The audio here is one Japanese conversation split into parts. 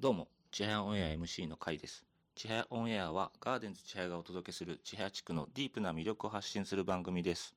どうも、ちはやオンエア MC の会です。ちはやオンエアはガーデンズちはやがお届けするちはや地区のディープな魅力を発信する番組です。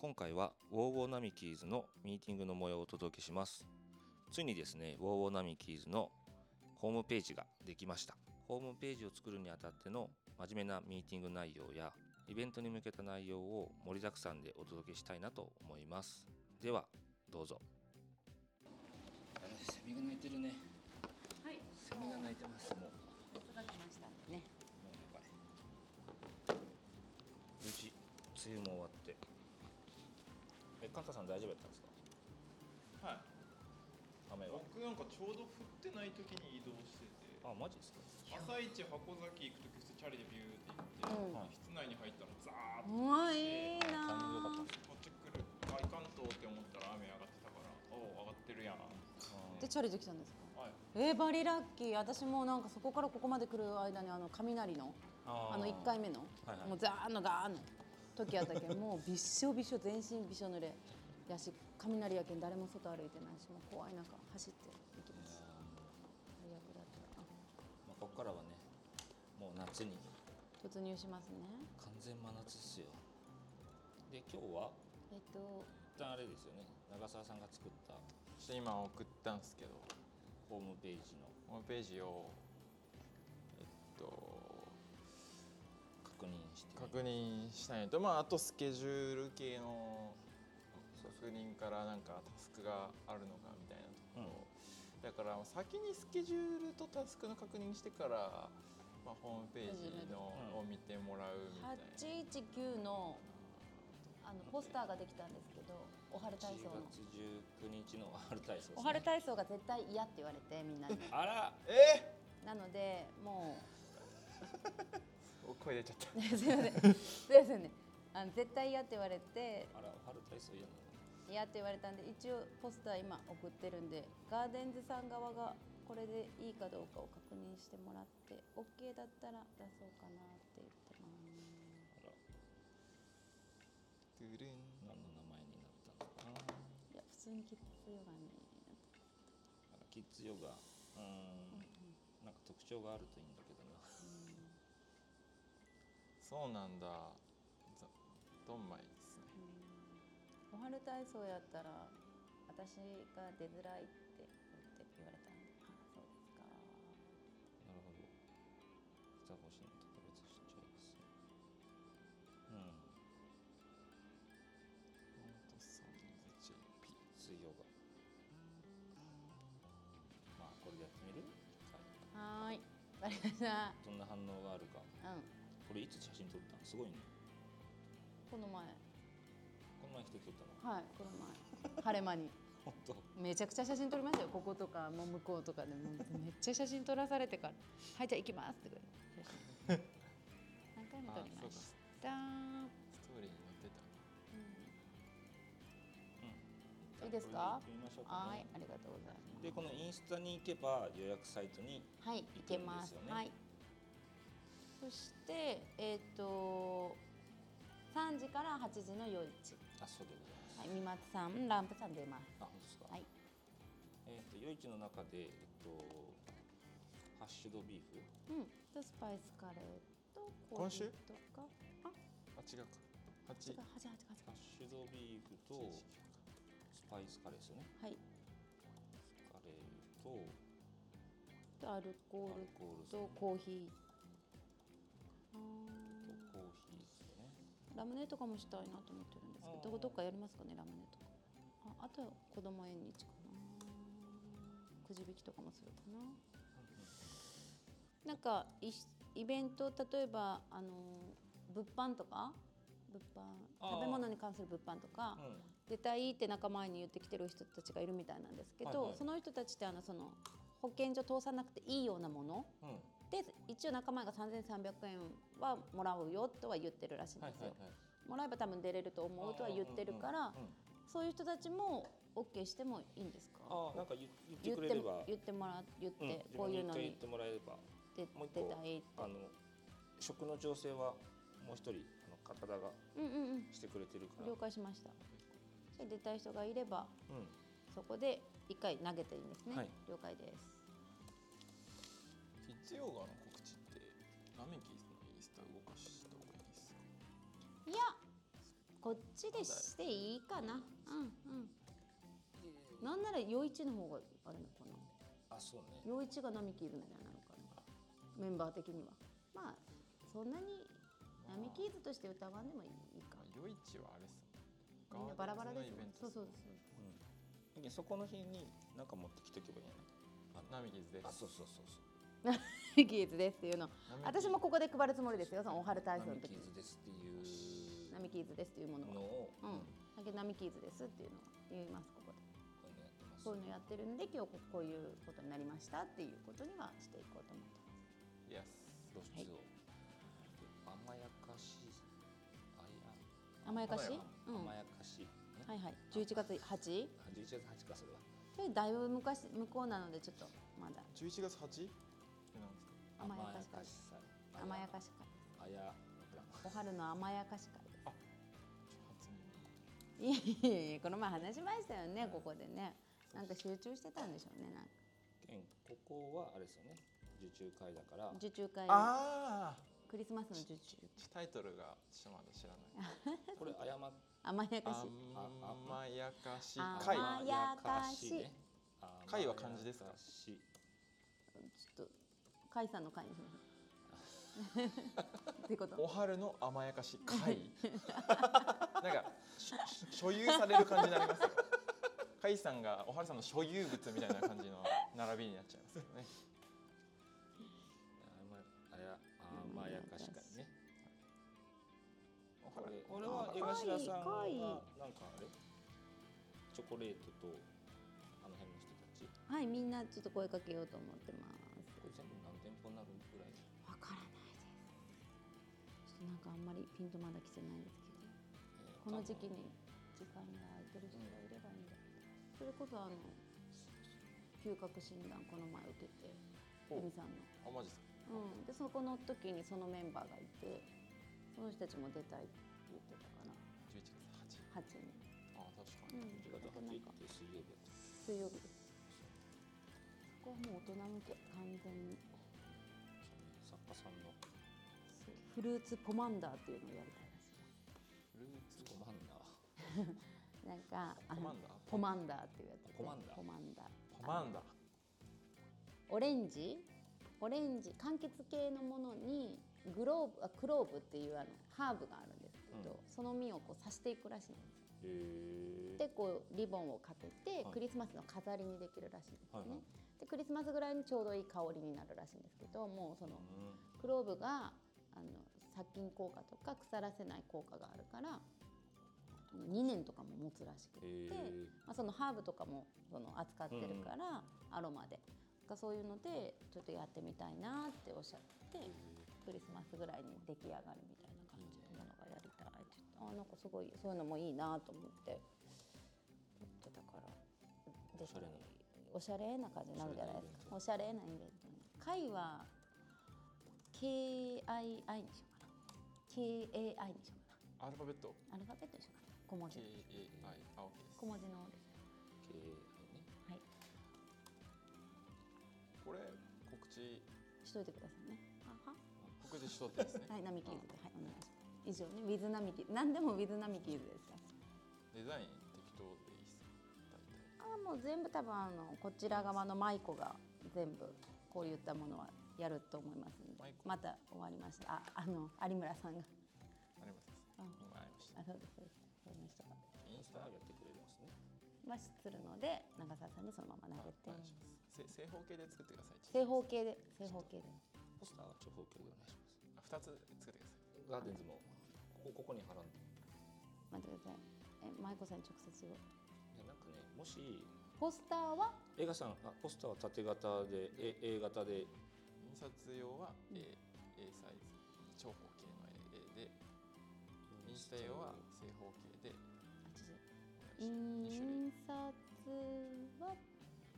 今回はウォーウォーナミキーズのミーティングの模様をお届けします。ついにですね、ウォーウォーナミキーズのホームページができました。ホームページを作るにあたっての真面目なミーティング内容やイベントに向けた内容を盛りだくさんでお届けしたいなと思います。では、どうぞ。セミが鳴いてるね。はい、セミが鳴いてます。もう。届きましたね。もうやばい無事梅雨も終わってえカンカさん大丈夫だったんですかはい、雨は僕なんかちょうど降ってない時に移動しててあマジですか朝一箱崎行く時普通チャリでビューってうん行はっいて室内に入ったらザーッとうわ、いいタイミング良かったんで。すねなこっち来るあいかんとって思ったら雨上がってたからおお上がってるやんはで、チャリできたんですか。いえー、バリラッキー、私もなんかそこからここまで来る間に、あの雷の。あーあの一回目の、はいはいもうザーンのガーンの。時やったけん、もうびっしょびっしょ、全身びしょ濡れ。やし、雷やけん、誰も外歩いてないし、もう怖い中走って行きました。最悪だった。あまあ、ここからはねもう夏に突入しますね。完全真夏っすよで今日はえっと、一旦あれですよね長澤さんが作ったそして今送ったんですけどホームページのホームページをえっと確認して認したいのとまああとスケジュール系の確認からなんかタスクがあるのかみたいなとうんだから先にスケジュールとタスクの確認してから、まあ、ホームページうんのを見てもらうみたいな。八一九の。あのポスターができたんですけど、おはる体1操の。月19日の春体操ですねおはる体操が絶対嫌って言われてみんなにあらえなのでもー、お声出ちゃった。う すいませんすいませんねあの絶対嫌って言われてあらお春体操嫌なの嫌って言われたんで一応ポスター今送ってるんでガーデンズさん側がこれでいいかどうかを確認してもらって OK だったら出そうかなって言ってまあらドゥルン何の名前になったのかなすいや普通にきついわねなんかキッズヨガうーんなんか特徴があるといいんだけどなそうなんだ。ざドンマイですね。おはる体操やったら私が出づらいって言って言われたんであそうですかなるほど双星の特別視聴ですうんモントソンズ JP 水曜がまあこれでやってみる、はい、はーいわかりましたどんな反応があるかうん、これいつ写真撮ったのすごいねこの前、この前来て撮ったのはい、この前、晴れ間に、本当めちゃくちゃ写真撮りましたよ、こことか、もう向こうとかで、もうめっちゃ写真撮らされてから、はい、じゃあ行きますってくれて、 何回も撮りました。ストーリーに載ってた。いいですかこれで行ってみましょうかねはい、ありがとうございます。でこのインスタに行けば予約サイトにはい、行けます。行けるんですよねはい。そして、えっ、と、3時から8時の夜市、あそうでございますはい、三松さん、ランプさん出ます。あ本当ですかはい、えっ、と夜市の中でえっとハッシュドビーフうん、とスパイスカレーとコー今ヒー週とか、あ、あ、違うか。違八。う、八八ハ八ッシュドビーフとスパイスカレーですよねはい、カレーととアルコールアルコールですねとコーヒー。とあコーヒーですよねーラムネとかもしたいなと思ってるんですけど、どあこーどっかやりますかねラムネとか。あ、あとは子供縁日かな。くじ引きとかもするかな。なんかイイベント例えばあの物販とか物販あー食べ物に関する物販とか。うん出たいって仲間に言ってきてる人たちがいるみたいなんですけど、はいはいその人たちってあのその保健所通さなくていいようなものうんで一応仲間が3300円はもらうよとは言ってるらしいんはいではすよ、いはいもらえば多分出れると思うとは言ってるから、うんうんうんそういう人たちも OK してもいいんですかああなんか言言って言くっれてれば言ってもら言って、うんこういうの自分一回言っにてもらえれば出もう一出個たいってあの食の調整はもう一人あの方がうんうんしてくれてるかうらん了解しましたじゃあ出たい人がいればうんそこで一回投げていいんですね、はい了解ですスヨガの告知ってラメキーズのインスタ動かした方がいいですかいやこっちでしていいかなうんうんなんなら陽一の方があるのかなあそうね陽一が並木いるみたいなのかなメンバー的にはまあそんなに並木ーズとして歌わんでもいいかまあ夜市はあれっすねみんなバラバラですガーよデンズそうのうんそうそイベントっすねでそこの日に何か持ってきておけばいいんやラメキーズでなすあそうそうそうそううキーズですっていうのラメキー私ズもここで配るつもりですよそのお春体操の並木時に図ですっていう並木ーズですっていうもののををうんだけど並木ーズですっていうのを言いますここでこういうのやってますこういうのやってるんで今日ここういうことになりましたっていうことにはしていこうと思ってますイエス露出を甘やかしあいや甘やかし甘やうん甘はやかしねいはい11月 8? あ11月8かそれはそれだいぶ昔向こうなのでちょっとまだ11月 8? えなんですか甘やかし会さ甘やかしあ会やほらお春の甘やかし会ですちょ初耳いやいやいやこの前話しましたよねここでねなんか集中してたんでしょうねなんか県ここはあれですよね受注会だから受注会ああクリスマスの受注タイトルがちょっとまだ知らないこれ謝っ甘やかし甘やかし甘会や甘ね会は漢字ですか甘やしちょっと甲斐さんの会にしましょう ってことお春の甘やかし会なんかしし所有される感じになりますよ海さんがおはるさんの所有物みたいな感じの並びになっちゃいますけどね甘あや甘やかし会ねおこはれるこれは江頭さんはなんかあれチョコレートとあの辺の人たちはいみんなちょっと声かけようと思ってますこれ全部何店舗になるぐらいわからないですちょっとなんかあんまりピンとまだ来てないんですけどこの時期に時間が空いてる人がいればいいんだそれこそあの嗅覚診断この前受けてお由美さんの、あマジですかうん、でそこの時にそのメンバーがいてその人たちも出たいって言ってたかな11月8 8人、あ確かうん、に、1月だか8らなん日かって水曜日やった水曜日ですそこはもう大人向け完全に作家さんのフルーツコマンダーっていうのをやりたいでフすルーツコマンダーなんかあコマのンダコマンダーーっていうやつでコマンダーコマンダーコマンダーオレンジオレンジ柑橘系のものにグローブあクローブっていうあのハーブがあるんですけど、その実をこう刺していくらしいんへですえでこうリボンをかけて、はいクリスマスの飾りにできるらしいんですはね、いはいでクリスマスぐらいにちょうどいい香りになるらしいんですけどもうそのクローブがあの殺菌効果とか腐らせない効果があるから2年とかも持つらしくて、へえまあ、そのハーブとかもその扱ってるから、アロマでがそういうのでちょっとやってみたいなっておっしゃってクリスマスぐらいに出来上がるみたいな感じのものがやりたいって言ってあなんかすごいそういうのもいいなと思って思ってたからおしゃれなおしゃれな感じになるじゃないですかおおしゃれなイベントに会は KII にしようかな KAI にしようかアルファベットなアルファベットにしようかな小文字 KAI あ OK です小文字のです経営ねはいこれ告知しといてくださいね。告知しとってですねはい、ナミキーズで、はい、お願いします。以上ね、ウィズナミキ、なんでもウィズナミキーズですから。デザイン適当でいいっすか大体あー、もう全部多分、あの、こちら側の舞子が全部。こういったものはやると思いますんで舞、子また終わりました。あ、あの、有村さんが。ありますあ今ありましたあ、そうです。そうですそうでした。イインンススタタははややってくれるんですねはするので、長澤さんにそのまま投げお願いてし。ますせ正方形で作ってください正方形で、正方形で。ポスターは長方形でお願いしますあ二つ作ってくださいガーデンズもここここに貼らんと待ってください。え、舞子さんに直接言おう。いやなんかねもしポスターは。映画さんあポスターは縦型でえ A 型で印刷用は A, A サイズ長方形の A でインスタ用は正方形であ、ちょっと。お願いし印刷は、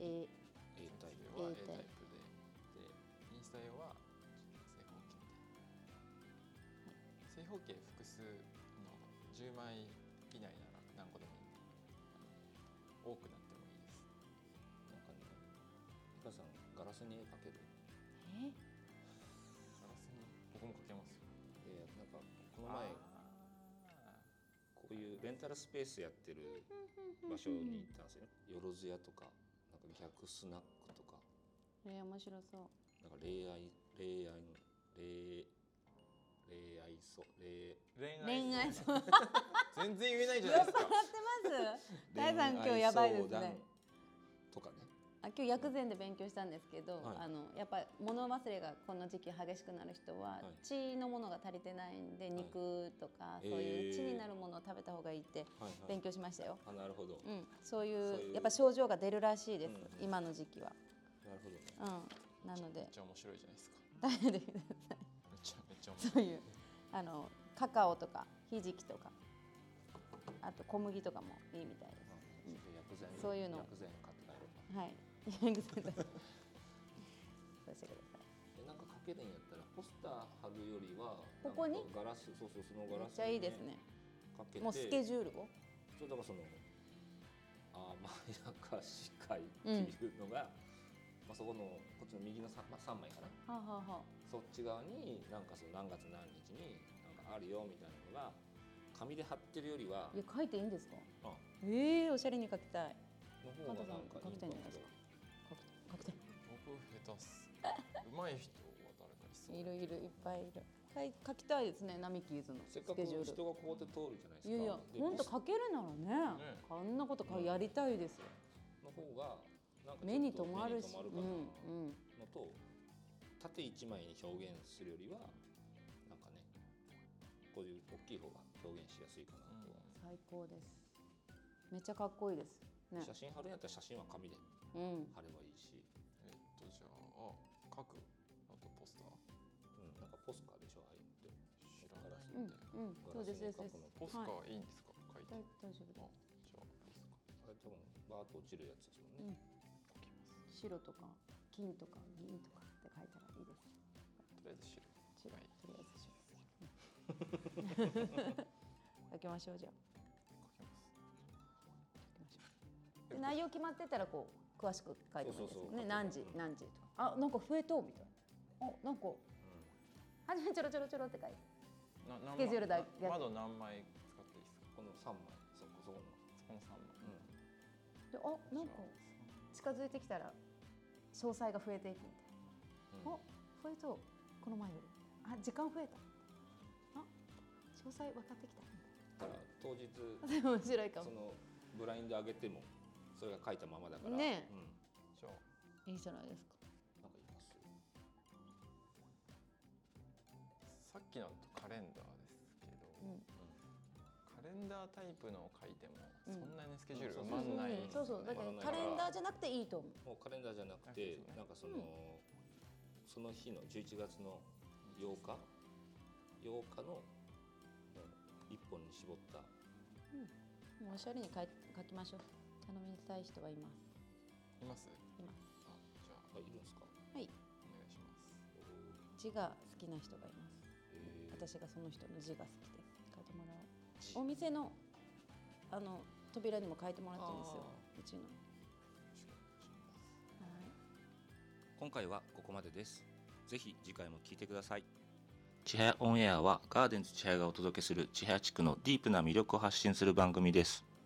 え A タイますプ A 2種類印刷用は A タイプででインスタ用は正方形で正方形複数の10枚以内なら何個でもいいんで多くなってもいいですなんかね映画さんガラスに絵描けるえ僕もかけますよでなんかこの前こういうレンタルスペースやってる場所に行ったんですよねよろずやとかなんか逆スナックとかえー、面白そうなんか恋愛恋愛の恋恋愛そう恋恋愛恋愛相相談談全然言えないじゃないですかやってます大さん今日やばいですね恋愛相談とかねあ今日薬膳で勉強したんですけど、はいあのやっぱ物忘れがこの時期激しくなる人は、い血のものが足りてないんで肉とか、そうへーいう血になるものを食べた方がいいってはいはい勉強しましたよ、あなるほどうん、そういうそういうやっぱ症状が出るらしいです、うん今の時期は、なるほどね うん、なのめでっちゃ面白いじゃな大いですか丈夫ですめっちゃめっちゃ面そういうあのカカオとかひじきとかあと小麦とかもいいみたいであちょっと薬膳そういうの薬膳買って帰ろうかすはい薬膳とかそうしてくださいでなんかかけるんやったらポスター貼るよりはここになんかガラスそうそうそのガめっラスちゃいいですねかけてもうスケジュールをそうだからそのあまやかし会っていうのが、まあ、そこのこっちの右の 3,、まあ、三枚かなはあ、はあはあ、そっち側になんかその何月何日になんかあるよみたいなのが紙で貼ってるよりはいや書いていいんですかあええおしゃれに書きたいの方がなんかインパ加藤さん書きたいんクじゃないですか書き書きた僕下 手っす上手い人は誰かいそういいるいるいっぱいいる書い書きたいですねナミキーズのせスっかケくジ人ュがールこうやって通るじゃないですかいやいやで本ポ当ス書けるならねねあんなことかやりたいですよの方がなんかちょっと目に留まるし目に留まるかうな、んうんのと縦一枚に表現するよりはなんかねこういう大きい方が表現しやすいかなとは、最高ですめっちゃかっこいいですね写真貼るんやったら写真は紙でうん貼ればいいし、えっとじゃああ書くあとポスターうん、なんかポスカーでしょああいうのって知らないうんで、んうんそうですそうですそうですポスカーいいんですか、書いて大あ大丈夫でじゃあポスカーあれ多分バーッと落ちるやつですもんね、うん書きますす白とか金とか銀とかって書いたらいいですとりあえず知る白はいとりあえず 白書きましょうじゃあ書きます書きましょうで内容決まってたらこう詳しく書いてもいいですそうそうよそうね何時うん何時とかあなんか増えとうみたいなあなんかうん初めちょろちょろちょろって書いてな何ス枚ケジュールだけな窓何枚使っていいですかこの3枚そこそこの、この三枚、であなんか近づいてきたら詳細が増えていくみたいなうんお増えそうこの前よりあ時間増えたあ詳細分かってきた だから当日面白いかそものブラインド上げてもそれが書いたままだからねえうん、じゃあいいじゃないですかなんかいますさっきのとカレンダーですけど、うんカレンダータイプのを書いてもうんそんなにスケジュそールうそ埋まんない、うんそうそうだからカレンダーじゃなくていいと思もううカレンダーじゃなくあそうてですねなんかその、その日の11月の8日8日の1本に絞ったもうおしゃれに書い書きましょう頼みたい人はいますいますいまあじゃああいるんですか、はいお願いします字が好きな人がいますえー、私がその人の字が好きです書いてもらお字うお店のあの扉にも書いてもらってるんですよあうちのはよろしくお願いしますい今回はここまでですぜひ次回も聞いてくださいちはやオンエアはガーデンズちはやがお届けするちはや地区のディープな魅力を発信する番組です